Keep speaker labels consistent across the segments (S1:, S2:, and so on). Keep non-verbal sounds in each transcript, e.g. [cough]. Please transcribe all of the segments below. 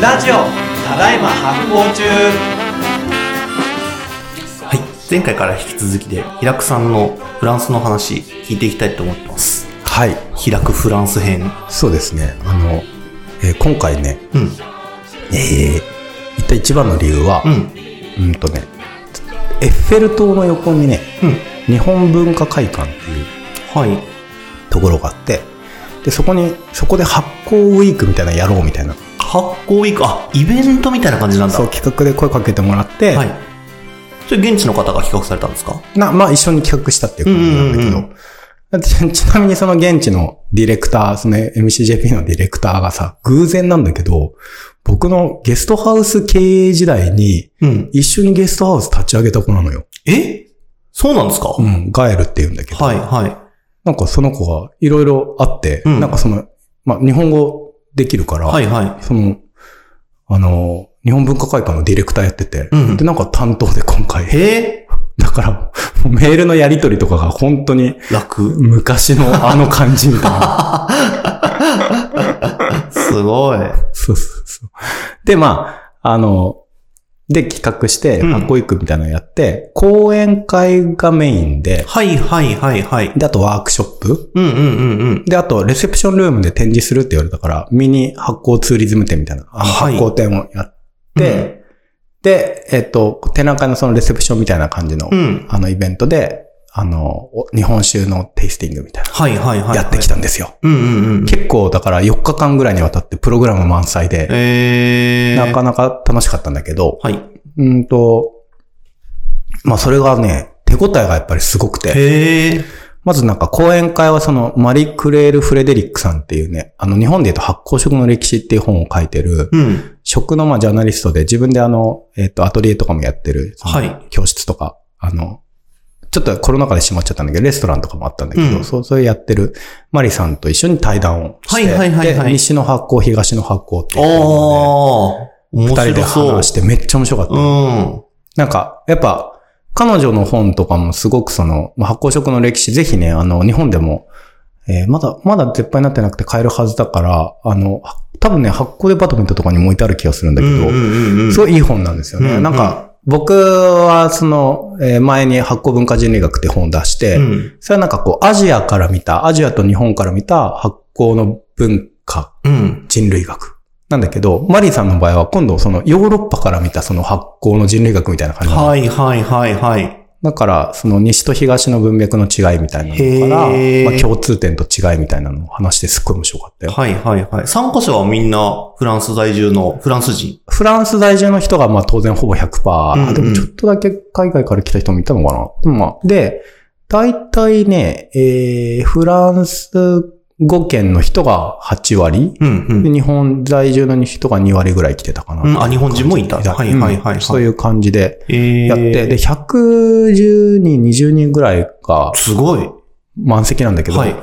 S1: ラジオただいま発行中
S2: はい。前回から引き続きで、平久さんのフランスの話、聞いていきたいと思ってます。
S3: はい、
S2: 平久フランス編。
S3: そうですね。あの、えー今回ね、
S2: うん。
S3: えー、一体一番の理由は
S2: う、ん。
S3: うん、とね、エッフェル塔の横にね、
S2: うん。
S3: 日本文化会館っていう
S2: はい。
S3: ところがあって、で、そこに、そこで発行ウィークみたいなのやろうみたいな、
S2: 発行ウィーク、あ、イベントみたいな感じなんだ。
S3: そう企画で声かけてもらって、
S2: はい。それ現地の方が企画されたんですか
S3: な、まあ一緒に企画したっていう感じなんだけど、
S2: うんうん
S3: [laughs] ちちなみにその現地のディレクター、その MCJP のディレクターがさ、偶然なんだけど、僕のゲストハウス経営時代に、
S2: うん。
S3: 一緒にゲストハウス立ち上げた子なのよ。
S2: えそうなんですか、
S3: うん、ガエルって言うんだけど。
S2: はい、は
S3: なんかその子がいろいろあって、
S2: うん
S3: なんかその、まあ日本語できるか
S2: い。
S3: ら、
S2: はい、は
S3: その、あの、日本文化会館のディレクターやってて、
S2: うん
S3: で、なんか担当で今
S2: い。
S3: 回。
S2: へ
S3: だから、もうメールのやりとりとかが本当に
S2: ー楽。
S3: 昔のあの感じみたいな。
S2: すごい。
S3: [laughs] そうそうそう。で、まあ、あの、で、企画して、
S2: うん
S3: かっこいくみたいなのやって、講演会がメインで、
S2: はい、はい、はい、はい。
S3: で、あとワークショップ。
S2: うん、うん、うん、うん。
S3: で、あと、レセプションルームで展示するって言われたから、ミニ発行ツーリズム展みたいな、あの
S2: はい
S3: 発行展をやって、で、えっと、展覧会のそのレセプションみたいな感じの、
S2: うん。
S3: あの、イベントで、あの、お日本酒のテイスティングみたいな、
S2: はい、はい、はい。
S3: やってき
S2: た。
S3: たんですよ。
S2: うん、うん、うん。
S3: 結構、だから4日間ぐらいにわたってプログラム満載で、
S2: えー。
S3: なかなか楽しかったんだけど、
S2: はい。
S3: うんと、まあそれがね、手応えがやっぱりすごくて、
S2: へえ。
S3: まずなんか講演会はそのマリ・クレール・フレデリックさんっていうね、あの日本で言うと発酵食の歴史っていう本を書いてる、
S2: うん。
S3: 食のまあジャーナリストで自分であの、えっ、とアトリエとかもやってる、その
S2: はい
S3: 教室とか、あの、ちょっとコロナ禍で閉まっちゃったんだけど、レストランとかもあったんだけど、
S2: うん
S3: そう、それやってるマリさんと一緒に対談をして、
S2: はいはいはいはい
S3: で西の発酵、東の発酵っていうのをね
S2: ああ。面
S3: 二人で
S2: 白そう
S3: 話し。てめっちゃ面白かった。
S2: うん。
S3: なんか、やっぱ、彼女の本とかもすごくその、まあ発酵食の歴史、ぜひね、あの、日本でも、えーまだ、まだ絶版になってなくて買えるはずだから、あの、は多分ね、発酵デパートメントとかにも置いてある気がするんだけど、
S2: うんうんうん
S3: すごいいい本なんですよね。
S2: うんうん
S3: なんか、僕はその、えー前に発酵文化人類学って本を出して、
S2: うん。
S3: それはなんかこう、アジアから見た、アジアと日本から見た発酵の文化、
S2: うん。
S3: 人類学。なんだけど、マリーさんの場合は今度そのヨーロッパから見たその発酵の人類学みたいな感じなの
S2: はいはいはいはい。
S3: だから、その西と東の文脈の違いみたいなのから、
S2: へー
S3: まあ、共通点と違いみたいなのを話してすっごい面白かったよ。
S2: はいはいはい。参加者はみんなフランス在住のフランス人。
S3: フランス在住の人がまあ当然ほぼ100%、
S2: うんうん
S3: でもちょっとだけ海外から来た人もいたのかな。でもまあ、で、大体ね、えー、フランス5県の人が8割、
S2: うんう
S3: で
S2: ん。
S3: 日本在住の人が2割ぐらい来てたかな。
S2: うんあ日本人もいた
S3: うん
S2: はいはいはいはい
S3: そういう感じで
S2: え
S3: やって、
S2: ー
S3: で、110人、20人ぐらいが
S2: すごい。
S3: 満席なんだけど、
S2: はい。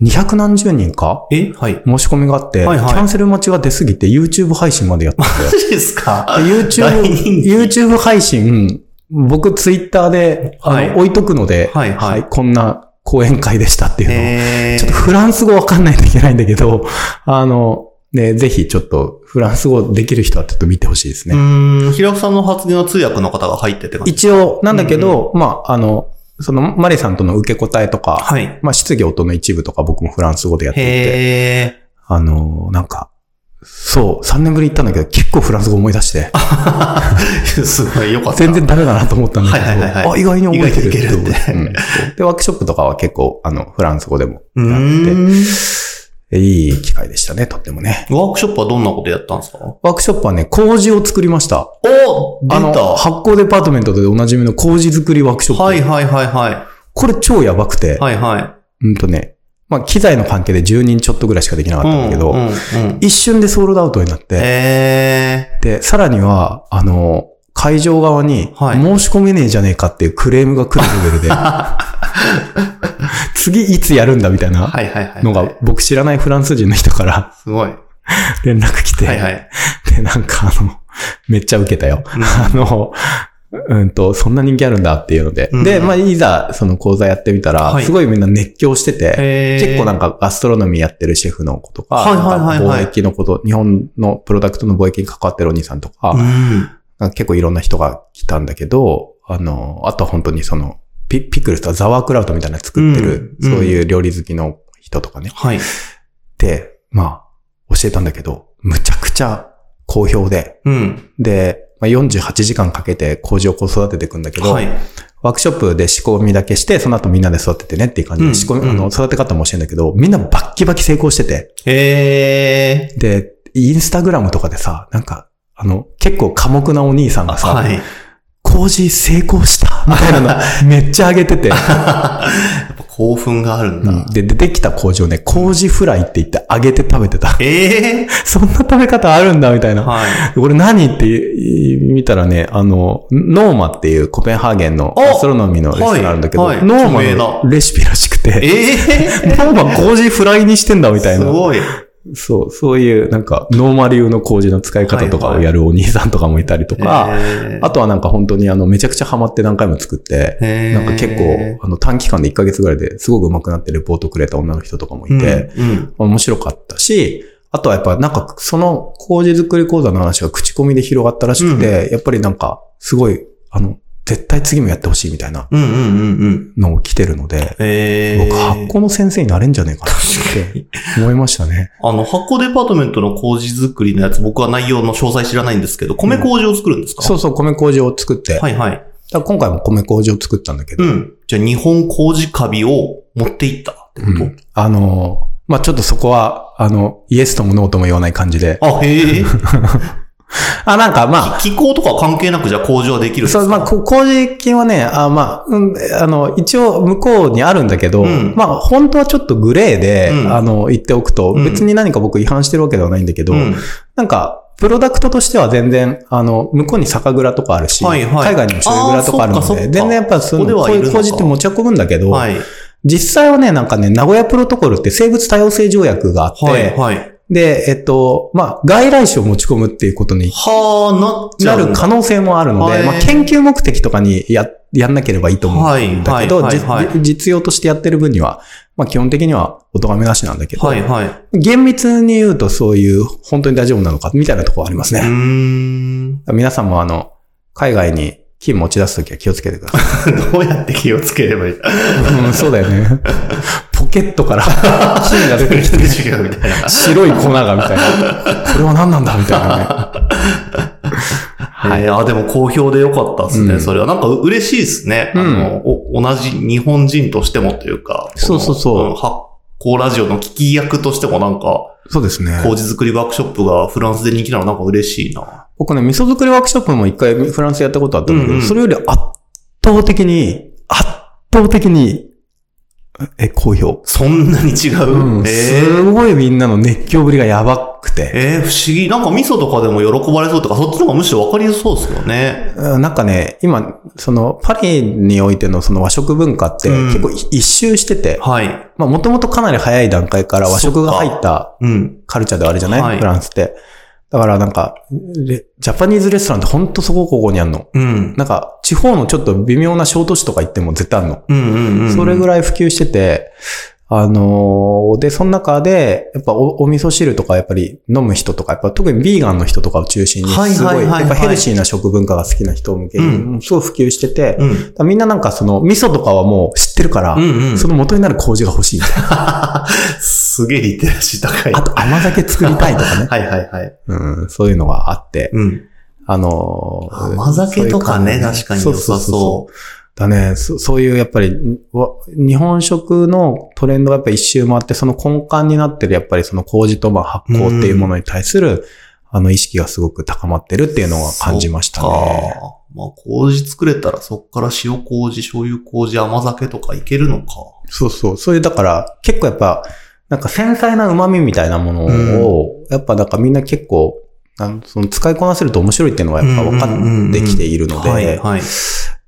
S3: 200何十人か
S2: えはい。
S3: 申し込みがあって、
S2: はいはい
S3: キャンセル待ちが出すぎて YouTube 配信までやってて、
S2: マジですか [laughs]
S3: で YouTube
S2: 大人気
S3: YouTube 配信、僕ツイッターで、あの
S2: はい
S3: 置いとくので、
S2: はいはい
S3: こんな講演会でしたっていうのを、
S2: えー
S3: ちょっとフランス語わかんないといけないんだけど、 [laughs] あの、ね、ぜひちょっとフランス語できる人はちょっと見てほしいです
S2: う
S3: ね。
S2: ーん。平尾さんの発言は通訳の方が入ってって感じ。
S3: 一応、なんだけど、まあ、あの、その、マレさんとの受け答えとか、
S2: はい。
S3: まあ、質疑応答の一部とか僕もフランス語でやっていて、
S2: へー。
S3: あの、なんか、そう、3年ぶりに行ったんだけど、結構フランス語思い出して、
S2: すごいよかった。
S3: 全然ダメだなと思ったんだけど、
S2: はいはいはいはい
S3: あ、意外に覚えてる
S2: 意外にいけるって
S3: うんそうで、ワークショップとかは結構、あの、フランス語でも
S2: うー
S3: やっ
S2: ん。
S3: て、いい機会でしたね、とってもね。
S2: ワークショップはどんなことやったんですか
S3: ワークショップはね、麹を作りました。
S2: お出
S3: あの、
S2: た
S3: 発酵デパートメントでおなじみの麹作りワークショップ。
S2: はいはいはいはい。
S3: これ超やばくて、
S2: はいはい。
S3: うんとね、まあ、機材の関係で10人ちょっとぐらいしかできなかったんだけど、
S2: うんうんうん、
S3: 一瞬でソールドアウトになって、
S2: え
S3: で、さらには、あの、会場側に、
S2: はい
S3: 申し込めねえじゃねえかっていうクレームが来るレベル
S2: [laughs]
S3: で、次いつやるんだみたい
S2: ー、
S3: な
S2: はいはいはい。
S3: のが、僕知らないフランス人の人から [laughs]
S2: すごい。は
S3: 連絡来て、
S2: いはい。
S3: で、なんかあの、めっちゃ受けたよ。あの、うんと、そんな人気あるんだっていうので。
S2: うん
S3: で、まあ、いざ、その講座やってみたら、
S2: はい
S3: すごいみんな熱狂してて、
S2: へー
S3: 結構なんかアストロノミーやってるシェフの子とか、
S2: はいはいはいはい
S3: なんか貿易のこと、日本のプロダクトの貿易に関わってるお兄さんとか、
S2: うん。
S3: なんか結構いろんな人が来たんだけど、あの、あとは本当にその、ピピクルスとかザワークラウトみたいなの作ってる、
S2: うんうん
S3: そういう料理好きの人とかね。
S2: はい。
S3: で、まあ、教えたんだけど、むちゃくちゃ好評で、
S2: うん。
S3: で、まあ、48時間かけて麹をこう育てていくんだけど、
S2: はい。
S3: ワークショップで仕込みだけして、その後みんなで育ててねっていう感じ
S2: うん
S3: で、仕込み、あ
S2: う
S3: の、
S2: ん
S3: 育て方も教えるんだけど、みんなバッキバキ成功してて、
S2: へー。
S3: で、インスタグラムとかでさ、なんか、あの、結構寡黙なお兄さんがさ、
S2: はい。 [laughs] や
S3: 工事成功
S2: [laughs]
S3: したみたいなのめっちゃ上げてて、
S2: っぱ興奮があるんだ。
S3: で、出てきた工事をね、工事フライって言って揚げて食べてた。 [laughs]
S2: ええ
S3: そんな食べ方あるんだみたいな。
S2: はい。
S3: これ何ってい見たらね、あの、ノーマっていうコペンハーゲンの
S2: あ
S3: アストロノミーのレストランあるんだけど、
S2: はいはい
S3: ノーマ
S2: 著名
S3: の
S2: な
S3: レシピらしくて、
S2: ええ
S3: ノーマ麹フライにしてんだみたい
S2: す
S3: な。
S2: ごい。
S3: そう、そういうなんかノーマ流の麹の使い方とかをやるお兄さんとかもいたりとか、
S2: えー
S3: あとはなんか本当にあのめちゃくちゃハマって何回も作って、
S2: へー
S3: なんか結構あの短期間で1ヶ月ぐらいですごく上手くなってレポートくれた女の人とかもいて、
S2: うんうん。
S3: 面白かったし、あとはやっぱなんかその麹作り講座の話が口コミで広がったらしくて、やっぱりなんかすごいあの絶対次もやってほしいみたいな
S2: うんうんうんうん。
S3: のを来てるので、
S2: ええ
S3: 僕発酵の先生になれんじゃねえ [laughs] かなって思いましたね。
S2: あの、発酵デパートメントの麹作りのやつ、僕は内容の詳細知らないんですけど、米麹を作るんですか、
S3: [laughs] そうそう、米麹を作って、
S2: はいはい。
S3: だから今回も米麹を作ったんだけど、
S2: うん。じゃあ、日本麹カビを持っていったってこと、
S3: うんあのー、まあ、ちょっとそこは、あの、イエスともノーとも言わない感じで。
S2: あ、へえ。
S3: あ、なんかまあ、
S2: 気候とかは関係なくじゃあ麹はできるんです
S3: そう、
S2: か
S3: まあ、こ麹菌はね、あまあ、うん、あの、一応向こうにあるんだけど、
S2: うん
S3: まあ、本当はちょっとグレーで、
S2: うん
S3: あの、言っておくと、
S2: うん
S3: 別に何か僕違反してるわけではないんだけど、
S2: うん。
S3: なんか、プロダクトとしては全然、あの、向こうに酒蔵とかあるし、
S2: はいはい
S3: 海外にも酒蔵とかあるの
S2: あーそっか
S3: で、
S2: そっ
S3: 全
S2: か
S3: 然やっぱその、
S2: ここで
S3: こ
S2: は
S3: う
S2: い
S3: い
S2: るの
S3: う
S2: か
S3: 麹って持ち運ぶんだけど、
S2: はい。
S3: 実際はね、なんかね、名古屋プロトコルって生物多様性条約があって、
S2: はい、はい。
S3: で、えっと、まあ、外来種を持ち込むっていうことに
S2: はあ、なっちゃ
S3: な
S2: う。
S3: る可能性もあるの
S2: は
S3: で、
S2: い
S3: まあ、研究目的とかにや、やんなければいいと思うんだけど、
S2: はいはいはいはい
S3: じ実用としてやってる分には、まあ、基本的にはお咎めなしなんだけど、
S2: はい、はい。う
S3: 厳密に言うとそういう、本当に大丈夫なのか、みたいなところあります
S2: ー
S3: ね。 [laughs]
S2: ん。
S3: 皆さんもあの、海外に金持ち出すときは気をつけてください。
S2: どうやって気をつければいい
S3: うん、そうだよね。 [laughs] ポケットから [laughs] 金が出てきて、
S2: [laughs] 違うみたいな。
S3: 白い粉がみたいな。これは何なんだみたいなね。
S2: はい。あ、でも好評でよかったですね、
S3: うん
S2: それは。なんか嬉しいですね。
S3: うん
S2: あの、お、同じ日本人としてもというか。
S3: そうそうそう
S2: このん発酵ラジオの聞き役としてもなんか、
S3: そうですね。
S2: 麹作りワークショップがフランスで人気なのなんか嬉しいな。
S3: 僕ね、味噌作りワークショップも一回フランスでやったことあったんだけど、
S2: うんうん
S3: それより圧倒的に、圧倒的に、え、好評。
S2: そんなに違う、え
S3: うん、
S2: ー
S3: すごいみんなの熱狂ぶりがやばくて。
S2: えー不思議。なんか味噌とかでも喜ばれそうとか、そっちの方がむしろわかりやすそうですよね。
S3: うんなんかね、今、その、パリにおいてのその和食文化って
S2: うん
S3: 結構い一周してて、
S2: はい。
S3: まあもともとかなり早い段階から和食が入った
S2: うん。
S3: カルチャーではあるじゃない、
S2: はい
S3: フランスって。だからなんか、レジャパニーズレストランってほんとそこここにあるの。
S2: うん。
S3: なんか、地方のちょっと微妙な小都市とか行っても絶対あるの。
S2: うんうんうん。
S3: それぐ
S2: い。
S3: らい普及してて、あのーで、その中で、やっぱおお味噌汁とかやっぱり飲む人とか、やっぱ特にビーガンの人とかを中心に、
S2: はい
S3: すご
S2: はい
S3: い、
S2: はいはい
S3: やっぱヘルシーな食文化が好きな人向けに、
S2: う
S3: すごい普及してて、だか
S2: うん。
S3: らみんななんかその味噌とかはもう知ってるから、
S2: うんうん。
S3: その元になる麹が欲しい
S2: [laughs]
S3: みたいな。
S2: すげえリテラシー高い。
S3: あと甘酒作りたいとかね。
S2: はいはいはい。
S3: [laughs] うん、そういうのがあって、
S2: うん。
S3: あのー
S2: 甘酒とかね
S3: そういう感じ
S2: 確かに良さそう
S3: うだねそ、そういうやっぱり、わ日本食のトレンドがやっぱ一周回って、その根幹になってるやっぱりその麹とまあ発酵っていうものに対する、あの意識がすごく高まってるっていうのは感じましたね。
S2: そっか。まあ、麹作れたらそっから塩麹、醤油麹、甘酒とかいけるのか。
S3: そうそう。そういうだから結構やっぱ、なんか繊細な旨味みたいなものを、やっぱなんかみんな結構、あのその使いこなせると面白いっていうのがやっぱ分かってきているので、
S2: はい、はい。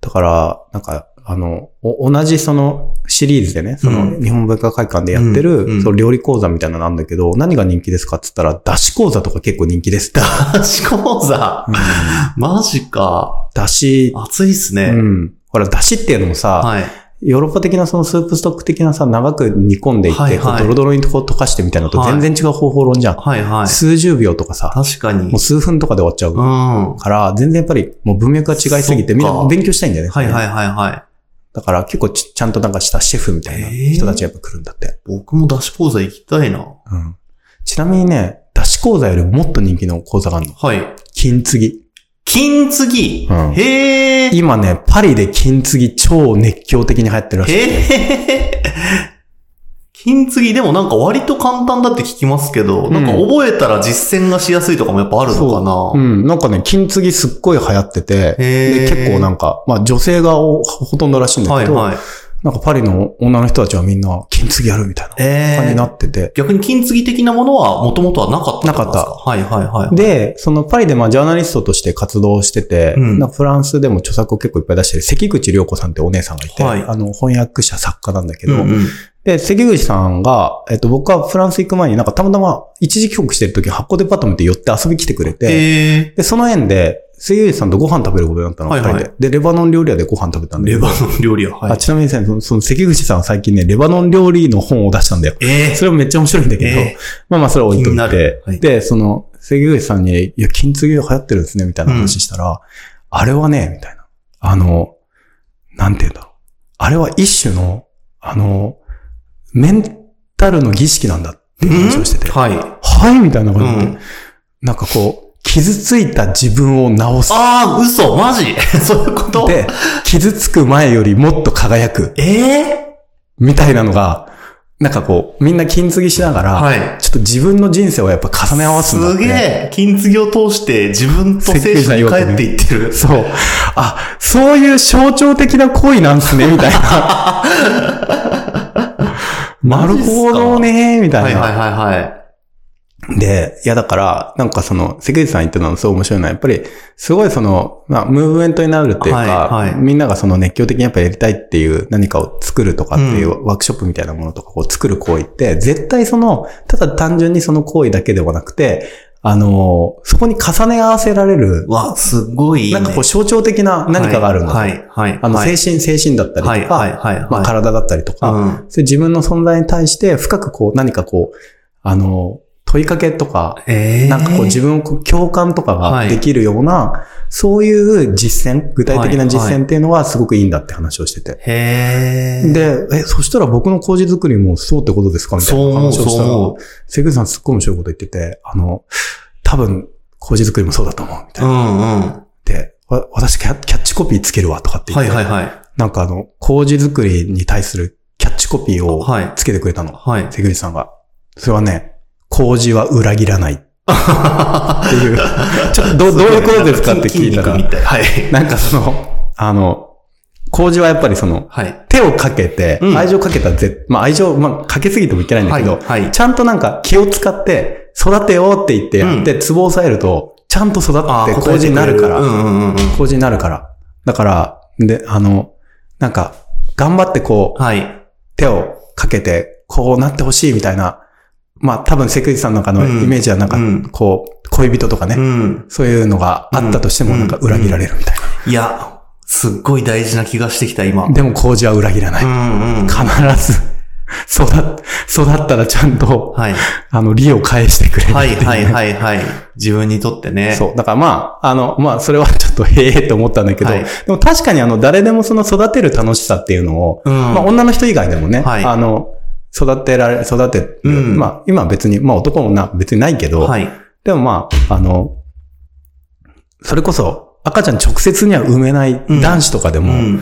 S3: だから、なんか、あの、お同じそのシリーズでね、その
S2: う
S3: 日本文化会館でやって
S2: うんう
S3: る、
S2: ん
S3: その料理講座みたいなのなんだけど、何が人気ですかって言ったら、だし講座とか結構人気ですって。
S2: だし講座。
S3: [laughs]
S2: マジか。
S3: だし、
S2: 熱いっす
S3: う
S2: ね。
S3: ん。ほら、だしっていうのもさ、
S2: はい。
S3: ヨーロッパ的なそのスープストック的なさ、長く煮込んでいって、
S2: はいはい
S3: こうドロドロにこう溶かしてみたいなのと
S2: はい
S3: 全然違う方法論じゃん。
S2: はいはい。
S3: 数十秒とかさ、
S2: 確かに
S3: もう。数分とかで終わっちゃう
S2: うん。
S3: から、全然やっぱりもう文脈が違いすぎて、
S2: そっ
S3: みん
S2: か
S3: な勉強したいんだよね。
S2: はいはいはいはい。
S3: だから結構ちちゃんとなんかしたシェフみたいな人たちがやっぱ来るんだって。
S2: 僕も出し講座行きたいな。
S3: うん。ちなみにね、だし講座よりももっと人気の講座があるの。
S2: はい。
S3: 金継ぎ。
S2: 金継ぎ。
S3: うん
S2: へー。
S3: 今ね、パリで金継ぎ超熱狂的に流行ってるらしい。
S2: へー。金継ぎでもなんか割と簡単だって聞きますけど、
S3: うん
S2: なんか覚えたら実践がしやすいとかもやっぱあるのか
S3: う
S2: な。
S3: ん。なんかね、金継ぎすっごい流行ってて、
S2: へ
S3: で、
S2: ー
S3: 結構なんか、まあ女性がおほとんどらしいんだ
S2: は
S3: け
S2: い
S3: ど、
S2: はい。
S3: なんかパリの女の人たちはみんな金継ぎやるみたいな
S2: え
S3: 感じにな
S2: ー。
S3: ってて。
S2: 逆に金継ぎ的なものはもともとはなかったんです
S3: なか
S2: はいはいはい。
S3: で、そのパリでまあジャーナリストとして活動してて、
S2: うん
S3: なんかフランスでも著作を結構いっぱい出してる関口良子さんってお姉さんがいて、
S2: はい
S3: あの翻訳者作家なんだけ
S2: う
S3: ど、
S2: んうん。
S3: で、関口さんが、えっと僕はフランス行く前になんかたまたま一時帰国してる時発行デパートメント寄って遊び来てくれて、
S2: え
S3: で、その縁で、関口さんとご飯食べることになったの、
S2: はいはい
S3: 二人で。で、レバノン料理屋でご飯食べたん
S2: ー。
S3: だけ
S2: レ
S3: ど
S2: バノン料理屋。は
S3: あ
S2: い。
S3: ちなみにですね、そのその関口さんは最近ね、レバノン料理の本を出したんだよ。
S2: え
S3: それもめっちゃ面白いんだけど、
S2: え
S3: まあまあそれは置いと
S2: 気
S3: い
S2: にな
S3: て
S2: る、はい
S3: で、その、関口さんに、いや、金継ぎが流行ってるんですね、みたいな話したら、あれはね、みたいな。あの、なんて言うんだろう。あれは一種の、あの、メンタルの儀式なんだっていう話をしてて、
S2: ー。
S3: は
S2: はい。
S3: い、みたいな
S2: う
S3: 感じで、
S2: ん。
S3: なんかこう、傷ついた自分を直す。
S2: ああ、嘘、マジ [laughs] そういうこと
S3: で、傷つく前よりもっと輝く。
S2: ええ
S3: みたいなのが、なんかこう、みんな金継ぎしながら、
S2: はい。
S3: ちょっと自分の人生をやっぱ重ね合わすんだって。
S2: すげえ金継ぎを通して自分と精神に帰っていってる。
S3: そう。あ、そういう象徴的な行為なんすね、みたいな。
S2: [laughs]
S3: なるほどね、みたいな。
S2: はいはいはいはい。
S3: で、いやだから、なんかその、関口さん言ってたのすごい面白いのは、やっぱり、すごいその、まあ、ムーブメントになるっていうか、
S2: はいはい
S3: みんながその熱狂的にやっぱやりたいっていう何かを作るとかっていううワークショップみたいなものとかを作る行為って、絶対その、ただ単純にその行為だけではなくて、あの、そこに重ね合わせられる、
S2: わ、すごいいい、ね。
S3: なんかこう象徴的な何かがあるんだと。
S2: はいはいはい。
S3: あの、
S2: はい
S3: 精神、精神だったりとか、
S2: はいはいはいはい。
S3: まあ、体だったりとか、
S2: うん。
S3: そういう自分の存在に対して深くこう何かこう、あの、問いかけとか、
S2: ええ
S3: なんかこう自分をこう共感とか
S2: は
S3: が
S2: い
S3: できるような、そういう実践、具体的な実践っていうのはすごくいいんだって話をしてて。
S2: へえ。、
S3: で、え、そしたら僕の工事作りもそうってことですかみたい
S2: そう
S3: な
S2: 思う、
S3: 話
S2: そ
S3: をし
S2: う
S3: たら、
S2: 思う。
S3: 関口さんすっごい面白いこと言ってて、あの、多分工事作りもそうだと思う、みたいうな。
S2: んうん。
S3: で、わ私キャキャッチコピーつけるわとかって言
S2: は
S3: っ
S2: い
S3: て、
S2: はいはい。
S3: なんかあの、工事作りに対するキャッチコピーを
S2: はい
S3: つけてくれたの。
S2: はい。
S3: 関口さんが。それはね、工事は裏切らないっ
S2: [laughs]
S3: ていう。ちょっと [laughs] どどういうことですかって聞い
S2: 筋
S3: た
S2: 肉
S3: ら、
S2: みたい。はい。
S3: なんかその、あの、工事はやっぱりその、
S2: はい。
S3: 手をかけて、
S2: うん
S3: 愛情かけたぜ、まあ愛情、まあかけすぎてもいけないんだ
S2: は
S3: け
S2: い。
S3: ど、
S2: はい。
S3: ちゃんとなんか気を使って、育てようって言ってやって、ツボを押さえると、ちゃんと育って工事になるから、
S2: うんうんうんうん。
S3: 工事になるから。だから、で、あの、なんか、頑張ってこう、
S2: はい。
S3: 手をかけて、こうなってほしいみたいな、まあ多分関口さんの中の
S2: うん
S3: イメージはなんか、
S2: うん
S3: こう、恋人とかね、
S2: うん。
S3: そういうのがあったとしても
S2: うん
S3: なんか裏切られるみたいな。
S2: いや、すっごい大事な気がしてきた、今。
S3: でも工事は裏切らない。
S2: うんうん。
S3: 必ず、育っ、育ったらちゃんと、
S2: はい。
S3: あの、利を返してくれるって。
S2: はいいうはいはいはい。自分にとってね。
S3: そう。だからまあ、あの、まあ、それはちょっと、へえと思ったんだけど、
S2: はい
S3: でも確かにあの、誰でもその育てる楽しさっていうのを、
S2: うん。
S3: まあ、
S2: ま
S3: 女の人以外でもね、
S2: はい
S3: あの、育てられ、育てる、
S2: うん
S3: まあ、今は別に、まあ男もな、別にないけど、
S2: はい。
S3: でもまあ、あの、それこそ、赤ちゃん直接には産めない
S2: うん
S3: 男子とかで
S2: う
S3: も、
S2: ん。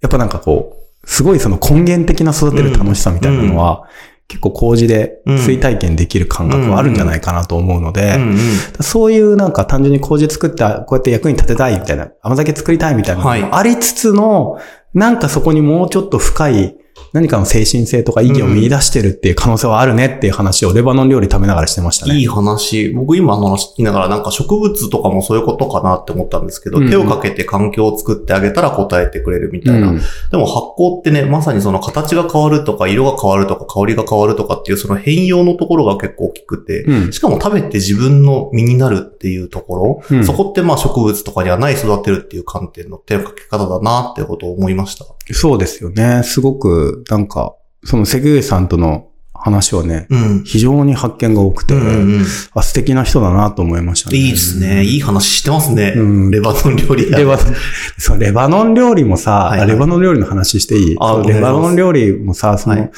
S3: やっぱなんかこう、すごいその根源的な育てる楽しさみたいなのは、結構工事で
S2: うん
S3: 追体験できる感覚はあるんじゃないかなと思うので、
S2: うんうん。
S3: そういうなんか単純に工事作った、こうやって役に立てたいみたいな、甘酒作りたいみたいなのも
S2: はい
S3: ありつつの、なんかそこにもうちょっと深い何かの精神性とか意義を見出してるっていう可能性はあるねっていう話をレバノン料理食べながらしてましたね。
S2: いい話。僕今の話聞きながらなんか植物とかもそういうことかなって思ったんですけど、
S3: うんうん
S2: 手をかけて環境を作ってあげたら答えてくれるみたいな。
S3: うん
S2: でも発酵ってね、まさにその形が変わるとか、色が変わるとか、香りが変わるとかっていうその変容のところが結構大きくて、
S3: うん
S2: しかも食べて自分の身になるっていうところ、
S3: うん
S2: そこってまあ植物とかにはない育てるっていう観点の手のかけ方だなってことを思いました。
S3: そうですよね。すごく、なんか、その関口さんとの話はね、
S2: うん。
S3: 非常に発見が多くて、
S2: うんうんうん
S3: あ素敵な人だなと思いましたね。
S2: いいですね。いい話してますね。
S3: うん
S2: レバノン料理や。
S3: レバノン、そう、レバノン料理もさ、
S2: はいはい
S3: あレバノン料理の話していい
S2: あ
S3: そう
S2: お願い
S3: レ
S2: します
S3: バノン料理もさ、その、
S2: はい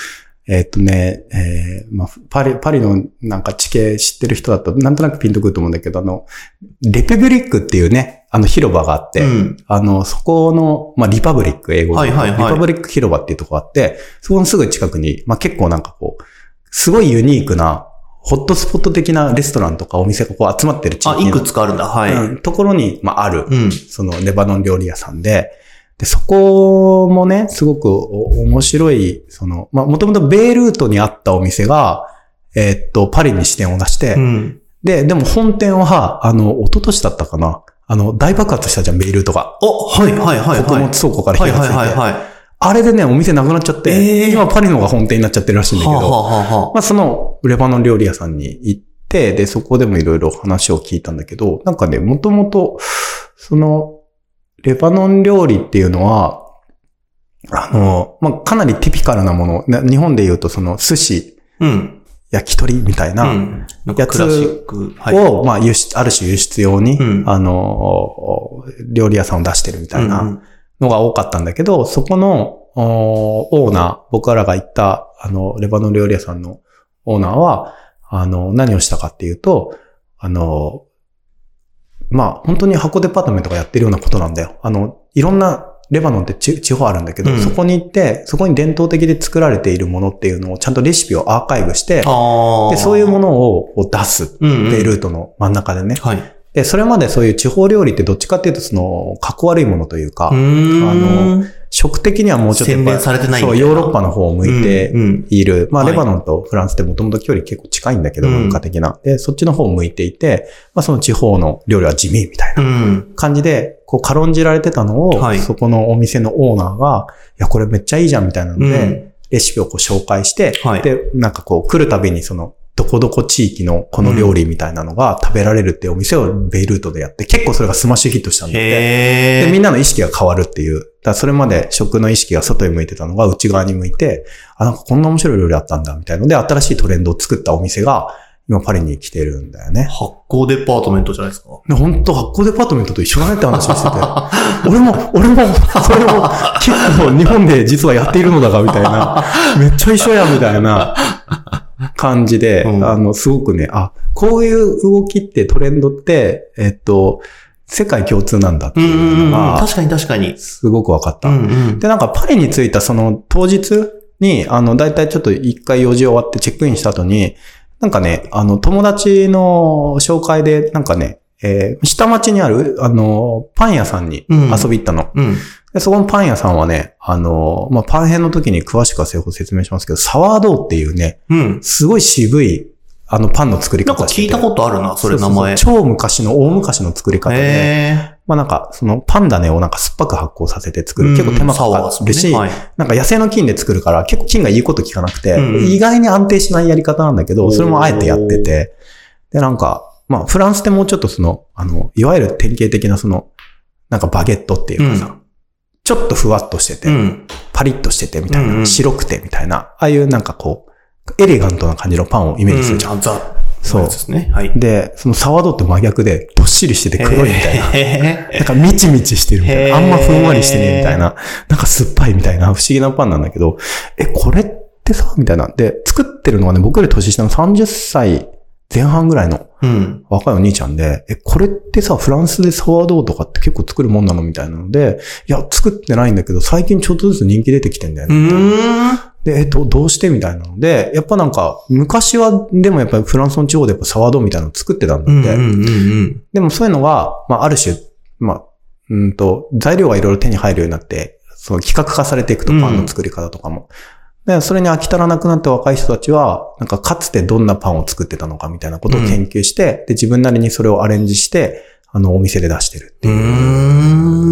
S3: えーっとね、えーまあ、パリ、パリのなんか地形知ってる人だと、なんとなくピンとくると思うんだけど、あの、レペブリックっていうね、あの広場があって、
S2: うん。
S3: あの、そこの、まあ、リパブリック、英語で。
S2: はいはいはい
S3: リパブリック広場っていうとこがあって、そこのすぐ近くに、まあ、結構なんかこう、すごいユニークな、ホットスポット的なレストランとかお店がこう集まってる地
S2: あ、
S3: 域の
S2: いくつかあるんだ。はい。
S3: うんところに、まあ、ある、
S2: うん。
S3: そのレバノン料理屋さんで、で、そこもね、すごくお面白い、その、まあ、もともとベイルートにあったお店が、えーっと、パリに支店を出して、
S2: うん。
S3: で、でも本店は、あの、一昨年だったかな、あの、大爆発したじゃん、ベイルートが。
S2: お、はいはいはいはい。
S3: 穀物倉庫から
S2: は
S3: 火
S2: い
S3: がつ
S2: はい
S3: いて、
S2: はいはい。
S3: あれでね、お店なくなっちゃって、
S2: えー
S3: 今パリの方が本店になっちゃってるらしいんだけ
S2: は
S3: ど、
S2: あ、はあはあはあ
S3: まあそのレバノン料理屋さんに行って、で、そこでもいろいろ話を聞いたんだけど、なんかね、もともと、その、レバノン料理っていうのは、あの、まあ、かなりティピカルなもの、な日本で言うとその寿司、
S2: うん。
S3: 焼き鳥みたいな、
S2: うん。なんかクラシック。はい。
S3: を、まあ、輸出、ある種輸出用に、
S2: うん
S3: あの、料理屋さんを出してるみたいな、
S2: うん
S3: のが多かったんだけど、そこのおーオーナー、僕らが行った、あの、レバノン料理屋さんのオーナーは、あの、何をしたかっていうと、あの、まあ、本当に箱デパートメントがやってるようなことなんだよ。あの、いろんな、レバノンってち地方あるんだけど、
S2: うん
S3: そこに行って、そこに伝統的で作られているものっていうのをちゃんとレシピをアーカイブして、
S2: ああ。
S3: でそういうも
S2: の、
S3: のをこう出す。
S2: うん、うん。
S3: ベイルートの真ん中でね。
S2: はい。
S3: で、それまでそういう地方料理ってどっちかっていうと、その、格好悪いものというか、あの
S2: の、
S3: 食的にはもうちょっとやっ
S2: 洗
S3: ぱ
S2: 練されてないみ
S3: そ
S2: た
S3: う、
S2: いな
S3: ヨーロッパの方を向いて
S2: うんうん
S3: いる。まあ、
S2: はい
S3: レバノンとフランスってもともと距離結構近いんだけど、
S2: うん
S3: 文化的な。で、そっちの方を向いていて、まあ、その地方の料理は地味みたいな
S2: うん。
S3: 感じで、こう、軽んじられてたのを、
S2: はい
S3: そこのお店のオーナーが、いや、これめっちゃいいじゃんみたいなので、
S2: うん
S3: レシピをこう紹介して、
S2: はい
S3: で、なんかこう、来るたびにその、どこどこ地域のこの料理みたいなのが食べられるっていうお店をベイルートでやって、結構それがスマッシュヒットしたんだって。
S2: へ
S3: で、
S2: え。
S3: みんなの意識が変わるっていう。だからそれまで食の意識が外に向いてたのが内側に向いて、あ、なんかこんな面白い料理あったんだ、みたいので、新しいトレンドを作ったお店が、今パリに来てるんだよね。
S2: 発酵デパートメントじゃないですか。
S3: で本当発酵デパートメントと一緒だねって話を [laughs] してて。俺も、俺も、それを結構日本で実はやっているのだが、みたいな。めっちゃ一緒や、みたいな感じで、
S2: うん
S3: あの、すごくね、あ、こういう動きってトレンドって、えっと、世界共通なんだって
S2: う
S3: い
S2: んうんう。
S3: うんのが、
S2: 確かに確かに。
S3: すごく分かった。
S2: うん
S3: で、なんかパリに着いたその当日に、あの、だいたいちょっと一回用事終わってチェックインした後に、なんかね、あの、友達の紹介で、なんかね、えー下町にある、あの、パン屋さんに
S2: うん
S3: 遊び行ったの。
S2: うん。うん。
S3: で、そこのパン屋さんはね、あの、まあ、パン編の時に詳しくは説明しますけど、サワードーっていうね、
S2: うん。
S3: すごい渋い、あの、パンの作り
S2: なんか
S3: 方して
S2: 聞い
S3: て
S2: たことあるな、それ名前。
S3: ううう超昔の、大昔の作り方で、
S2: へ
S3: まあなんか、そのパンダネをなんか酸っぱく発酵させて作る。
S2: うん
S3: 結構手間かか
S2: サ
S3: るし、
S2: ワーですもんね
S3: なんか野生の菌で作るから結構菌が言うこと聞かなくて、
S2: うん
S3: 意外に安定しないやり方なんだけ
S2: お
S3: ど、
S2: ー
S3: それもあえてやってて、でなんか、まあフランスってもうちょっとその、あの、いわゆる典型的なその、なんかバゲットっていうかさ、
S2: うん
S3: ちょっとふわっとしてて、
S2: え。うん。
S3: パリッとしててみたいな、
S2: うんうん
S3: 白くてみたいな、ああいうなんかこう、エレガントな感じのパンをイメージするじゃん。
S2: うん。あザ。
S3: そう
S2: やつですね。はい。
S3: で、そのサワードって真逆で、どっしりしてて黒いみたいな。
S2: へ
S3: なんかみちみちしてるみたいな。あ
S2: へー
S3: んまふんわりしてねえみたいな。なんか酸っぱいみたいな不思議なパンなんだけど、え、これってさ、みたいな。で、作ってるのがね、僕より年下の30歳前半ぐらいの
S2: ーうん。
S3: 若いお兄ちゃんで、え、これってさ、フランスでサワードーとかって結構作るもんなのみたいなので、いや、作ってないんだけど、最近ちょっとずつ人気出てきてんだよ
S2: う
S3: ね。
S2: ーん。
S3: で、えっと、どうしてみたいなので、やっぱなんか、昔は、でもやっぱりフランスの地方でやっぱサワードーみたいなの作ってたんだ
S2: うん
S3: っ
S2: う
S3: て。
S2: んうん
S3: でもそういうのが、まあ、ある種、まあ、うんと、材料がいろいろ手に入るようになって、そう、企画化されていくと、
S2: うん
S3: パンの作り方とかも。で、それに飽き足らなくなった若い人たちは、なんかかつてどんなパンを作ってたのかみたいなことを研究して、で、自分なりにそれをアレンジして、あの、お店で出してるって
S2: うー
S3: い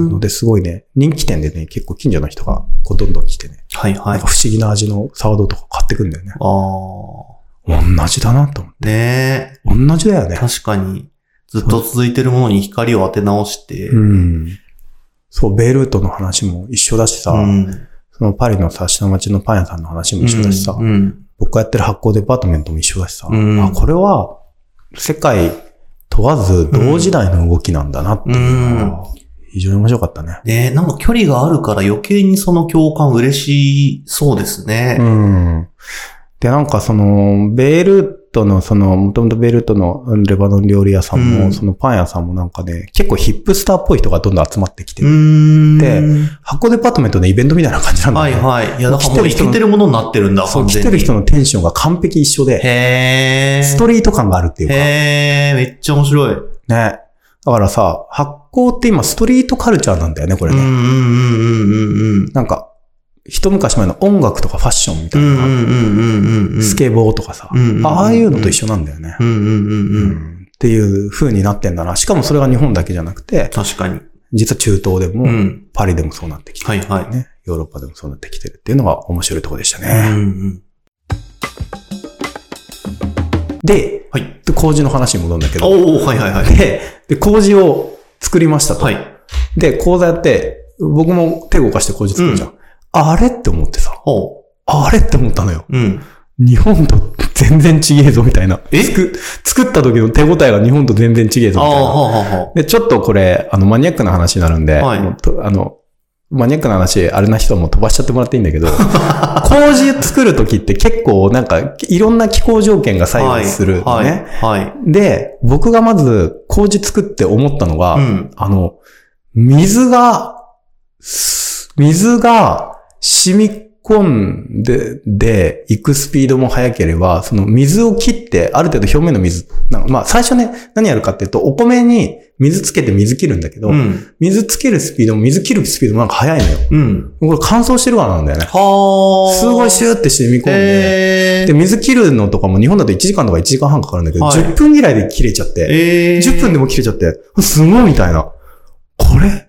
S3: う。の
S2: ん。
S3: で、すごいね、人気店でね、結構近所の人が、こう、どんどん来てね、
S2: はいは
S3: なん
S2: い
S3: か。不思議な味のサードとか買ってくんだよね。
S2: ああ。
S3: 同じだなと思
S2: ねえ。
S3: う。同じだよね。
S2: 確かに、ずっと続いてるものに光を当て直して、
S3: うん。そう、ベイルートの話も一緒だしさ、
S2: うん
S3: そのパリのさ、下町のパン屋さんの話も一緒だしさ、
S2: うん。
S3: 僕がやってる発行デパートメントも一緒だしさ、
S2: うん
S3: あこれは世界問わず同時代の動きなんだなっていうのが、非常に面白かったね。
S2: ねえ、なんか距離があるから余計にその共感嬉しそうです
S3: う
S2: ね。
S3: ん。で、なんかその、ベイルートの、その、もともとベイルートのレバノン料理屋さんも、
S2: うん
S3: そのパン屋さんもなんかね、結構ヒップスターっぽい人がどんどん集まってきて
S2: う
S3: る。
S2: ーん。
S3: で発行デパートメントのイベントみたいな感じなんだ
S2: は
S3: ね
S2: いはい。いや、だからも
S3: 来て
S2: う
S3: る
S2: 生
S3: 人
S2: き
S3: の
S2: てるものになってるんだ、
S3: そう、
S2: 完
S3: 来
S2: 全
S3: て
S2: に
S3: る人のテンションが完璧一緒で、
S2: へー。
S3: ストリート感があるっていうか、ね。
S2: へー、めっちゃ面白い。う
S3: だからさ、発酵って今ストリートカルチャーなんだよね、これ
S2: ん
S3: ね。
S2: うんうんうんうん
S3: なんか、一昔前の音楽とかファッションみ
S2: う
S3: たい
S2: ん。うん
S3: な、
S2: うんうんうんうん。
S3: スケボーとかさ、
S2: うんうんうんうん
S3: ああいうのと一緒なんだよね。
S2: うんうんうんうん。
S3: うんっていう風になってんだな。しかもそれが日本だけじゃなくて、
S2: 確かに。
S3: 実は中東でも、
S2: うん。
S3: パリでもそうなってきてる、
S2: はいはい。
S3: ね。ヨーロッパでもそうなってきてるっていうのが面白いところでした
S2: う
S3: ね。
S2: んうん。
S3: で、
S2: はい。
S3: で麹の話に戻るんだけど、
S2: おー、はいはいはい。
S3: で、で麹を作りましたと。
S2: はい。
S3: で、講座やって、僕も手動かして工事作るじゃん。あれって思ってさ、
S2: ほ
S3: あれって思ったのよ。
S2: う。うん。
S3: 日本と全然違えぞ、みたいな。
S2: え
S3: 作作った時の手応えが日本と全然違え
S2: あ
S3: ぞ、
S2: あ、
S3: み
S2: は
S3: たい
S2: あ
S3: な。
S2: はあは
S3: で、ちょっとこれ、あの、マニアックな話になるんで、
S2: はい
S3: もうとあの、マニアックな話、あれな人はもう飛ばしちゃってもらっていいんだ
S2: [laughs]
S3: けど、工事作る時って結構、なんか、いろんな気候条件が
S2: あ。はい。
S3: 左右するのね。
S2: はい。はい。
S3: で、僕がまず工事作って思ったのが、
S2: うん。
S3: あの、水が、す水が染み込んで、で、行くスピードも速ければ、その水を切って、ある程度表面の水、なんかまあ最初ね、何やるかっていうと、お米に水つけて水切るんだけど、
S2: うん。
S3: 水つけるスピードも水切るスピードもなんか速いのよ。
S2: うん。
S3: これ乾燥してるからなんだよね。
S2: はあ。
S3: すごいシューって染み込んで、
S2: え
S3: で、水切るのとかも日本だと1時間とか1時間半かかるんだけど、
S2: はい
S3: 10分ぐらいで切れちゃって、
S2: えー。
S3: 10分で
S2: も。
S3: も切れちゃって、すごいみたいな。これ、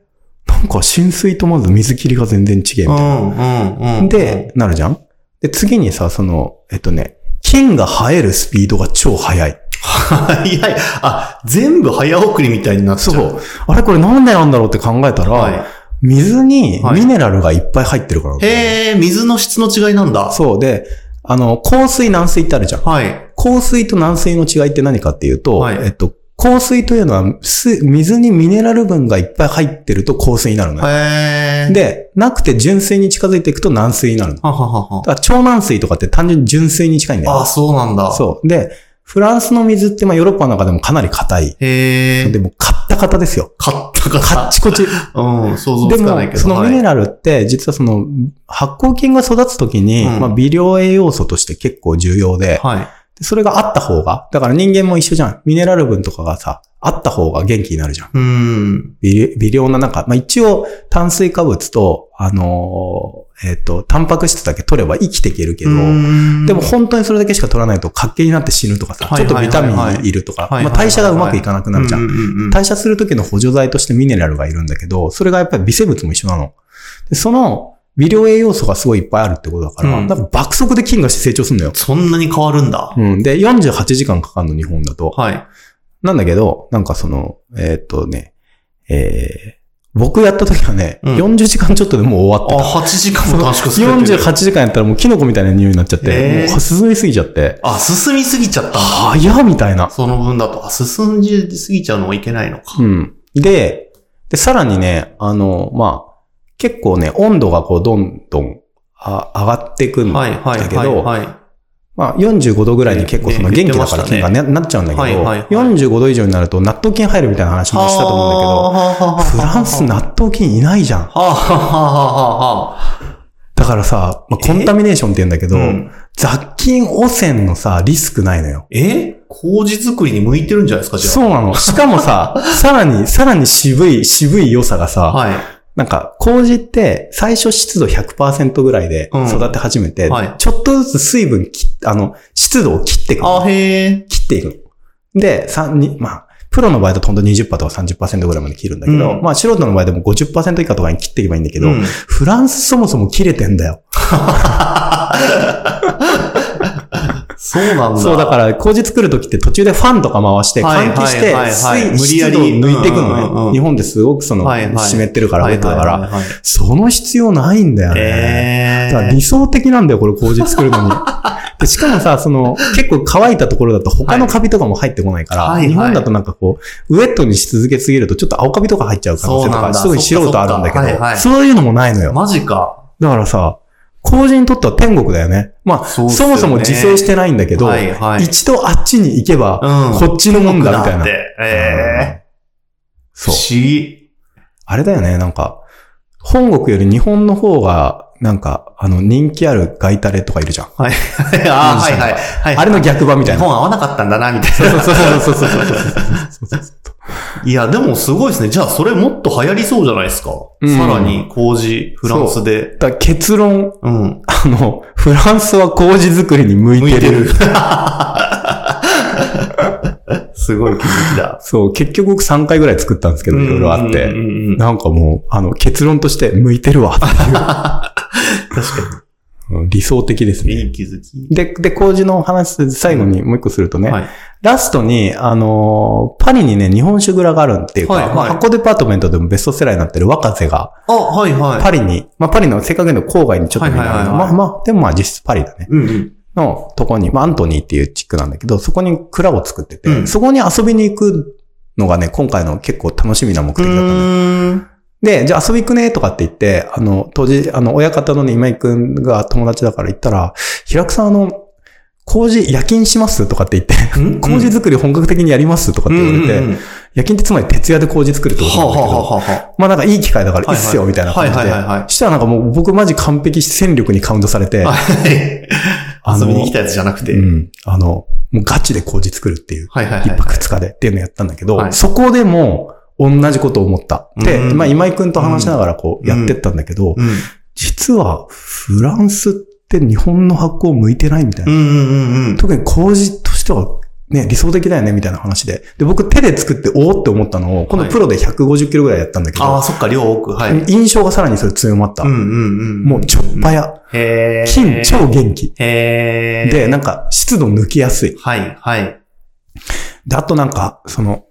S3: なんか浸水とまず水切りが全然違えみ
S2: う
S3: た
S2: ん
S3: い
S2: うんう
S3: な。
S2: ん。 [laughs]
S3: で、、なるじゃんで、次にさ、その、えっとね、菌が生えるスピードが超速い。
S2: 早い。あ、全部早送りみたいになっちゃう。
S3: そう。あれこれなんでなんだろうって考えたら、
S2: は
S3: 水に
S2: はい
S3: ミネラルがいっぱい入ってるからなん
S2: い。
S3: だよね、
S2: へえ、水の質の違いなんだ。
S3: そう。で、あの、硬水軟水ってあるじゃん。
S2: はい。
S3: 硬水と軟水の違いって何かっていうと、
S2: はい
S3: えっと、硬水というのは、す水にミネラル分がいっぱい入ってると硬水になるのよ。
S2: へえ。、
S3: で、なくて純水に近づいていくと軟水になるの。だ
S2: はははは。
S3: から超軟水とかって単純に純水に近いんだ
S2: あ
S3: よ
S2: あ、
S3: ね。
S2: そうなんだ。う。
S3: そう。で、フランスの水ってまあヨーロッパの中でもかなり硬い。
S2: へえ
S3: で。も、カッタカタですよ。
S2: 買ったか
S3: カッ
S2: ら。
S3: チコチ。
S2: うん、想像
S3: で
S2: つかないけ
S3: も、
S2: ど。
S3: そのミネ
S2: ラ
S3: ラルって、実はその、発酵菌が育つときに、
S2: うん
S3: まあ微量栄養素として結構重要で、
S2: はい。はい
S3: でそれがあった方が、だから人間も一緒じゃん。ミネラル分とかがさ、あった方が元気になるじゃん。
S2: うん。
S3: 微微量な中、まあ、一応炭水化物と、あのーえっ、と、タンパク質だけ取れば生きていけるけど、で
S2: で
S3: も、本当にそれだけしか取らないと活気になって死ぬとかさ、
S2: はい
S3: ちょっとビタミ
S2: はいは
S3: ン
S2: い
S3: いるとか、
S2: はい
S3: まあ、代謝がうまくいかなくなるじゃ。
S2: うんんうんうん
S3: 代謝する時の補助剤としてミネラルがいるんだけど、それがやっぱり微生物も一緒なの。でその微量栄養素がすごいいっぱいあるってことだから、
S2: うん
S3: なんか爆速で菌が成長するのよ。
S2: そんなに変わるんだ。
S3: うん。で、48時間かかるの、日本だと。
S2: はい。
S3: なんだけど、なんかその、えーっとね、えー、僕やった時はね、
S2: うん
S3: 40時間ちょっとでもう終わってた。
S2: あ、8時間も短縮する。
S3: 48時間やったらもうキノコみたいな匂いになっちゃって、
S2: えー
S3: もう進みすぎちゃって、
S2: あ、進みすぎちゃったんだ。
S3: 早っみたいな。
S2: その分だと、あ、進んじすぎちゃうのはいけないのか。
S3: うん。で、で、さらにね、あの、まあ、結構ね、温度がこう、どんどんあ上がっていくん
S2: はい、はい、
S3: だけ
S2: はい、
S3: ど、
S2: はい。
S3: まあ、45度ぐらいに結構その
S2: ね
S3: 元気だから菌が、ねなっちゃうんだけど、
S2: はいはいはい
S3: 45度以上になると納豆菌入るみたいな話もしたと思うんだけど、
S2: だ
S3: フランス納豆菌いないじゃん。
S2: はあ、はあ、はあ、はあ、は
S3: だからさ、まあ、
S2: え
S3: コンタミネーションって言うんだけ
S2: あ。
S3: ど、雑菌汚染のさ、リスクないのよ。
S2: え麹作りに向いてるんじゃないですか、じゃ [laughs]
S3: そうなの。しかもさ、さらに、さらに渋い、渋い良さがさ、
S2: あ。はい。
S3: なんか、麹って最初湿度100%ぐらいで
S2: うん
S3: 育て始めて、
S2: はい
S3: ちょっとずつ水分き、あの、湿度を切っていくの。
S2: あー、へえ。
S3: 切っていくの。で、三に、まあ、プロの場合だとほんと20%とか30%ぐらいまで切るんだけど、
S2: うん
S3: まあ素人の場合でも50%以下とかに切っていけばいいんだけど、
S2: うん
S3: フランスそもそも切れてんだよ。
S2: そうなんだ。
S3: そう、だから、麹作るときって途中でファンとか回して、
S2: はい
S3: 換気して
S2: はいはいはい、無
S3: 水
S2: 理や
S3: 湿
S2: り
S3: 度を抜いていく
S2: うんうんう
S3: の
S2: ん
S3: ね。日本ですごくその、
S2: はいはい
S3: 湿ってるから、ウ
S2: はい
S3: ェットだから。
S2: はいはいはい
S3: その必要ないんだよね。だから
S2: え
S3: 理想的なんだよ、これ麹作るの
S2: [laughs]
S3: に。でしかもさ、その、結構乾いたところだと他のカビとかも入ってこないから、
S2: はいはい
S3: 日本だとなんかこう、ウェットにし続けすぎるとちょっと青カビとか入っちゃう可能性と
S2: そうなんだ
S3: か、すごい素人あるんだけど、
S2: そっかそっかはいはい
S3: そういうのもないの
S2: ー。
S3: よ。
S2: マジか。
S3: だからさ、麹にとっては天国だよね。まあ、
S2: そ
S3: そ,、
S2: うっすよね
S3: もそも自生してないんだけど、
S2: はいはい。
S3: 一度あっちに行けば、
S2: うん
S3: こっちのもんだみたい
S2: っ
S3: な。
S2: てええ。不
S3: そう。
S2: 思議。 [laughs]
S3: あれだよね、なんか、本国より日本の方が、なんか、あの、人気あるガイタレとかいるじゃん。
S2: あーはいはい。はい。
S3: あれの逆版みた
S2: 日
S3: いな。
S2: 本合わなかったんだな、みたい
S3: そうそうそうそうそうそうそうそう。
S2: な。いや、でもすごいですね。じゃあ、それもっと流行りそうじゃないですか。
S3: うん
S2: さらに、麹、フランスで。
S3: だから結論、
S2: うん。
S3: あの、フランスは麹作りに向い
S2: 向い
S3: て
S2: て
S3: る。
S2: る。すごい気づきだ。
S3: そう、結局僕3回ぐらい作ったんですけど、いろいろあっ
S2: うんう
S3: て。
S2: んうんうん
S3: なんかもう、あの、結論として向いてるわって
S2: 確か
S3: いう。理想的です
S2: に。いい
S3: ね。
S2: 気づき。
S3: で、で、麹のお話、最後にもう一個するとね、
S2: はい。
S3: ラストに、あのーパリにね、日本酒蔵があるっていうか、
S2: はいはい
S3: まあ箱デパートメントでもベストセラーになってる若瀬が、
S2: あ、はいはい。
S3: パリに、まあパリの、せっかくの郊外にちょっと見なが
S2: はい
S3: ら、
S2: はいはい
S3: ま
S2: は
S3: あまあ、でもまあ実質パリだね。
S2: うんうん。
S3: のとこに、まあアントニーっていう地区なんだけど、そこに蔵を作ってて、
S2: うん
S3: そこに遊びに行くのがね、今回の結構楽しみな目
S2: う
S3: 的だったね。
S2: ーん。
S3: で、じゃあ遊び行くねとかって言って、あの、当時、あの、親方のね、今井くんが友達だから行ったら、平久さん、あの、麹夜勤しますとかって言って、
S2: ん
S3: 麹作り本格的にやりますとかって言われて、
S2: うんうんうん
S3: 夜勤ってつまり徹夜で麹作るってこと
S2: はあ
S3: なんだけ
S2: は
S3: ど、
S2: あはあは
S3: まあなんかいい機会だからいいっすよ、
S2: はいはい
S3: みたいな感じで。
S2: はいはいはいはい
S3: したらなんかもう僕マジ完璧戦力にカウントされて、
S2: あ。 [laughs] はい。遊びに来たやつじゃなくて。
S3: うん。あの、もうガチで麹作るっていう。
S2: はいはいはい
S3: 一。泊二日でっていうのやったんだけど、
S2: はい
S3: そこでも同じことを思った。で、
S2: うん
S3: まあ今井くんと話しながらこうやってったんだけど、
S2: うん。
S3: 実はフランスって日本の発酵向いてないみたいな。
S2: うんうんうんうん。
S3: 特に麹としてはね、理想的だよねみたいな話で。で、僕手で作っておおって思ったのを、今
S2: は
S3: 度
S2: い
S3: プロで150キロぐらいやったんだけど、
S2: ああ、そっか、量多く。はい。うん
S3: 印象がさらにそれ強まった。
S2: うんうん。
S3: もうちょっぱや。
S2: へー
S3: 金超元気。
S2: へー
S3: で、なんか湿度抜きやすい。
S2: はい、はい。
S3: で、あとなんか、その、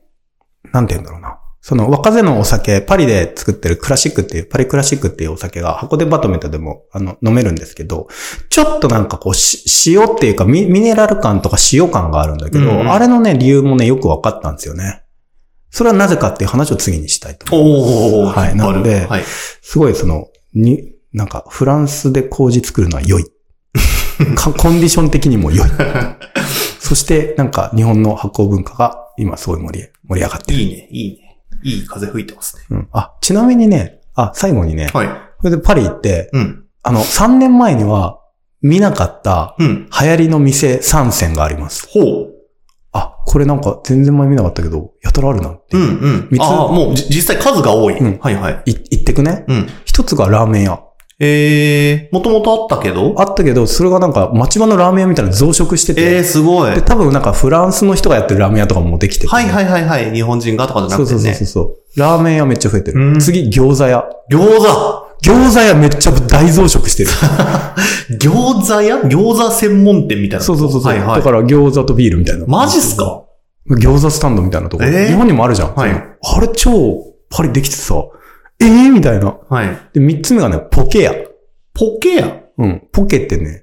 S3: なんて言うんだろうな。その、若瀬のお酒、パリで作ってるクラシックっていう、パリクラシックっていうお酒が、箱でバトメントでも、あの、飲めるんですけど、ちょっとなんかこう、し塩っていうかミ、ミネラル感とか塩感があるんだけど、
S2: うんうん
S3: あれのね、理由もね、よく分かったんですよね。それはなぜかっていう話を次にしたいと思います。
S2: おー、
S3: はい
S2: 引っ張る
S3: なので
S2: はい。
S3: すごいその、に、なんか、フランスで麹作るのは良い。かコンディション的にも良い。 [laughs] そして、なんか、日本の発酵文化が今すごい盛り盛り上がってる。
S2: いいね、いいね。いい風吹いてますね。
S3: うんあ、ちなみにね、あ、最後にね、
S2: はい。
S3: それでパリ行って、
S2: うん。
S3: あの、3年前には見なかった
S2: うん。
S3: 流行りの店3選があります。
S2: ほう。
S3: あ、これなんか全然前見なかったけど、やたらあるなって
S2: う
S3: い
S2: ん
S3: う。
S2: うん。
S3: 三つ
S2: ああ、もうじ実際数が多い。
S3: うん
S2: はいはい。
S3: い行ってくね。
S2: うん。
S3: 一つがラーメン屋。
S2: えー、もともとあったけど
S3: あったけど、それがなんか町場のラーメン屋みたいなの増殖してて。
S2: えー、すごい。
S3: で、多分なんかフランスの人がやってるラーメン屋とかももうできてて、
S2: はいはいはいはい。日本人がとかじゃ
S3: そ
S2: な
S3: う
S2: くて
S3: そうそう
S2: ね
S3: そう。そう。ラーメン屋めっちゃ増えて
S2: うん
S3: る。次、餃子屋。
S2: 餃子
S3: 餃子屋めっちゃ大増殖してる。
S2: 餃子屋餃子専門店みたいな。
S3: [laughs] そうそうそうそう。
S2: はいは
S3: だ
S2: い
S3: か。ら餃子とビールみたいな。
S2: マジっすか
S3: 餃子スタンドみたいなところ。
S2: えー
S3: 日本にもあるじゃん。
S2: はい
S3: あれ超パリできてさ、ええー、みたいな。
S2: はい。
S3: で、三つ目がね、ポケ屋。
S2: ポケ屋
S3: うん。ポケってね、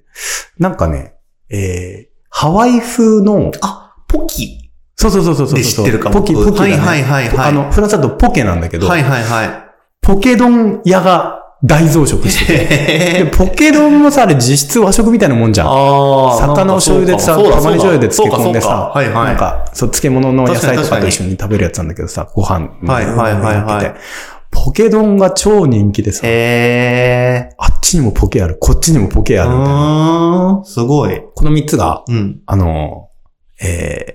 S3: なんかね、えー、ハワイ風の、
S2: あ、ポキ
S3: そうそうそうそうそう。
S2: で知ってるかも。
S3: ポキ、ポキ、
S2: はいはいはいはい。
S3: あの、フランスだとポケなんだけど、
S2: はいはいはい。
S3: [laughs] ポケ丼屋が大増殖してて。で、ポケ丼もさ、あれ実質和食みたいなもんじゃん。
S2: ああ。
S3: 魚を醤油でさ、
S2: そうだ
S3: 玉ね醤油で
S2: そう
S3: 漬
S2: だ
S3: け込んでさ、
S2: そうかそうかはいはい。
S3: なんか、そう、漬物の野菜
S2: 確か
S3: とか
S2: に確か
S3: と
S2: に
S3: 一緒に食べるやつなんだけどさ、ご飯に
S2: はいはいはいはい
S3: 乗っけてポケ丼が超人気でさ、
S2: へえ。
S3: あっちにもポケある、こっちにもポケ
S2: う
S3: あるみたいな。
S2: ーん。すごい。
S3: この三つが、
S2: うん。
S3: あの、え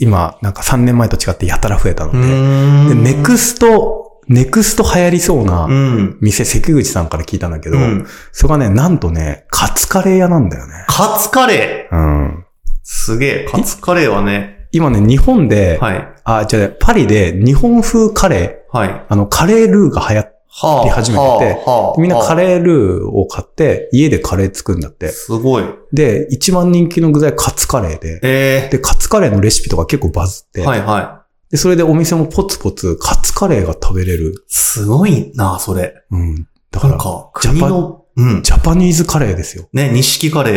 S3: ー、今、なんか3年前と違ってやたら増えたの
S2: う
S3: で、
S2: ー
S3: で
S2: ん
S3: ネクストネクスト流行りそうな
S2: うん。
S3: 店、関口さんから聞いたんだけど、
S2: うん。
S3: それがね、なんとね、カツカレー屋なんだよね。
S2: カツカレー
S3: うん。
S2: すげえ。カツカレーはね、
S3: 今ね、日本で、
S2: はい。
S3: あ、じゃあパリで日本風カレ
S2: はい。
S3: ー、あの、カレールーが流行って、
S2: は
S3: で初めてみんなカ
S2: レ
S3: レールーを買って、家でカレー作るんだって。
S2: すごい。
S3: で、一番人気の具材カツカレーで、
S2: え
S3: で、カツカレーのレシピとか結構バズっ
S2: え
S3: て、
S2: はいはい。
S3: で、それでお店もポツポツカツカレーが食べれる。
S2: すごいな、それ。
S3: うん。だか
S2: なん
S3: ら、
S2: か、
S3: ジャ
S2: 国
S3: パン
S2: の、うん。
S3: ジャパニーズカレーですよ。
S2: ね、錦カレ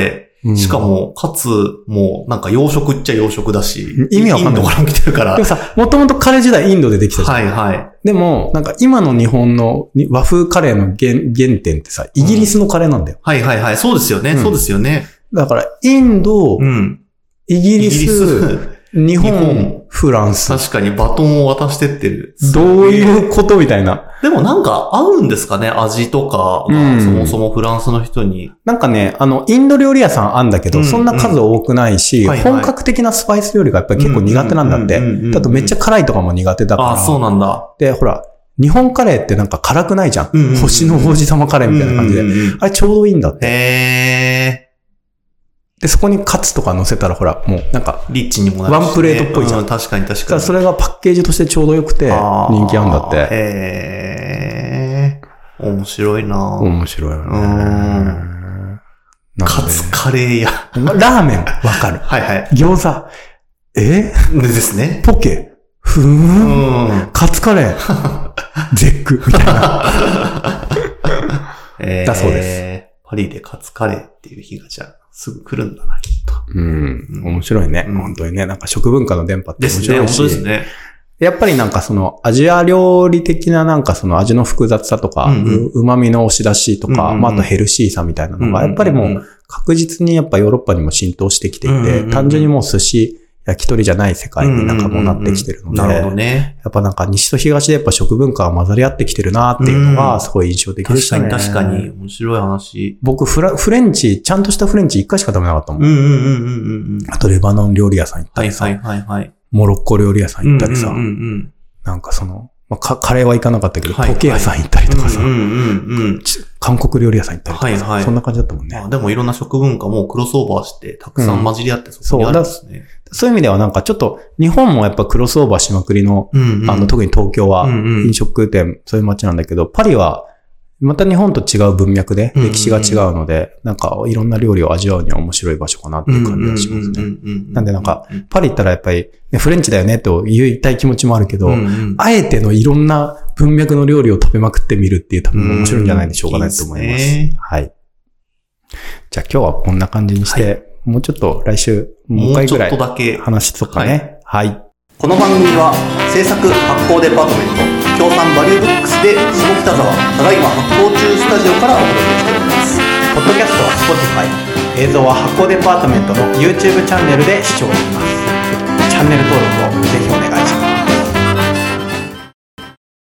S2: ー。
S3: うん
S2: しか。も、かつ、もう、なんか洋食っちゃ洋食だし。
S3: 意味わかんな
S2: イ
S3: い
S2: ンドから来てるから
S3: [laughs] でも。さ、もともとカレー時代インドでできたじゃん。
S2: はいはい。
S3: でも、なんか今の日本のに和風カレーの原原点ってさ、イギリスのカレーなんだよ。
S2: はいはいはい。そうですよね。
S3: うん
S2: そうですよね。
S3: だから、インド、
S2: うん。
S3: イギリス、日
S2: 日
S3: 本
S2: 本
S3: フランス。
S2: 確かにバトンを渡してってる。
S3: どういうことみたいな。
S2: でもなんか合うんですかね味とか
S3: う
S2: が、
S3: ん
S2: そもそもフランスの人に。
S3: なんかね、あの、インド料理屋さんあんだけど、
S2: うん
S3: そんな数多くないし、
S2: はいはい
S3: 本格的なスパイス料理がやっぱり結構苦手なんだっ
S2: うんうんうんうんう
S3: て。
S2: ん
S3: だとめっちゃ辛いとかも苦手だから。
S2: ああ、そうなんだ。
S3: で、ほら、日本カレーってなんか辛くないじゃん。
S2: うんうんうん
S3: 星の王子様カレーみたいな感じで。
S2: うんうんうん
S3: あれちょうどいいんだって。
S2: へ
S3: で、そこにカツとか乗せたらほら、もうなんか、
S2: ー。リッチにもなるしね
S3: ワンプレートっぽいじゃん
S2: う確かに確
S3: だか
S2: からに。
S3: それがパッケージとしてちょうどよくて、
S2: あー
S3: 人気あんだって。
S2: へー。面白いな、
S3: 面白いよね。
S2: うん
S3: なん
S2: カ
S3: かね
S2: ツカレー
S3: [laughs]
S2: 屋。 [laughs]
S3: まラーメン、わかる。
S2: はいはい。
S3: 餃子、え
S2: でですね。
S3: ポケ、ふー、
S2: うんん。
S3: カツカレー、 [laughs] 絶句、みたいな。
S2: えー
S3: だそうで
S2: パリでカツカレーっていう日がじゃあ、すぐ来るんだな、きっと。
S3: うん、面白いね、
S2: うん
S3: 本当にね。なんか食文化の伝播っ
S2: で
S3: て面
S2: す
S3: 白
S2: ね、
S3: い
S2: 本
S3: し。
S2: 当ですね。
S3: やっぱりなんかそのアジア料理的ななんかその味の複雑さとか、
S2: うんう
S3: うま、みの押し出しとか、
S2: うんうん
S3: まあ、あとヘルシーさみたいなのが、やっぱりもう確実にやっぱヨーロッパにも浸透してきていて、
S2: うんうんうん
S3: 単純にもう寿司、焼き鳥じゃない世界になんかもうなってきてるので、
S2: なるほどね。
S3: やっぱなんか西と東でやっぱ食文化が混ざり合ってきてるなっていうの
S2: う
S3: が
S2: ん
S3: すごい印象的で
S2: 確
S3: した
S2: か
S3: ね。
S2: に確かに。。面白い話。
S3: 僕フラ、フレンチ、ちゃんとしたフレンチ一回しか食べなかったもん。
S2: うんうんうんうんうんうん。
S3: あとレバノン料理屋さん行った
S2: はい
S3: りさ、
S2: はいはいはい。
S3: モロッコ料理屋さん行ったりさ、
S2: うんうん
S3: なんかその、まあ、かカレーは行かなかったけど、
S2: はい
S3: 時計屋さん行ったり
S2: うん。
S3: とかさ、
S2: うんうんうんうん。
S3: ち韓国料理屋さん行ったりとかさ、
S2: はいはい
S3: そんな感じだったもんね
S2: ま。あでもいろんな食文化もクロスオーバーして、たくさん混じり合ってそこにあるんですね。
S3: そういう意味ではなんかちょっと、日本もやっぱクロスオーバーしまくりの、
S2: うんうん。
S3: あの、特に東京は
S2: うんうん
S3: 飲食店、そういう街なんだけど、パリは、また日本と違う文脈で、
S2: うんうん
S3: 歴史が違うので、なんかいろんな料理を味わうには面白い場所かなっていう感じがしますね。
S2: ね
S3: なんでなんか、パリ行ったらやっぱり、ね、フレンチだよねと言いたい気持ちもあるけど、
S2: うんうん
S3: あえてのいろんな文脈の料理を食べまくってみるっていう多分面白いんじゃないでしょうかねと
S2: う
S3: 思います。
S2: んいいですね
S3: はい。じゃあ今日はこんな感じにして、もうちょっと来週、も
S2: も
S3: う一
S2: う
S3: 回
S2: ちょ
S3: ぐら
S2: っと
S3: い
S2: だけ。
S3: 話しとかね。はい。
S1: この番組は制作発行デパートメント協賛バリューブックスで下北沢ただいま発行中スタジオからお届けしております
S3: ポッドキャストは Spotify、映像は発行デパートメントの YouTube チャンネルで視聴できます。チャンネル登録をぜひお願い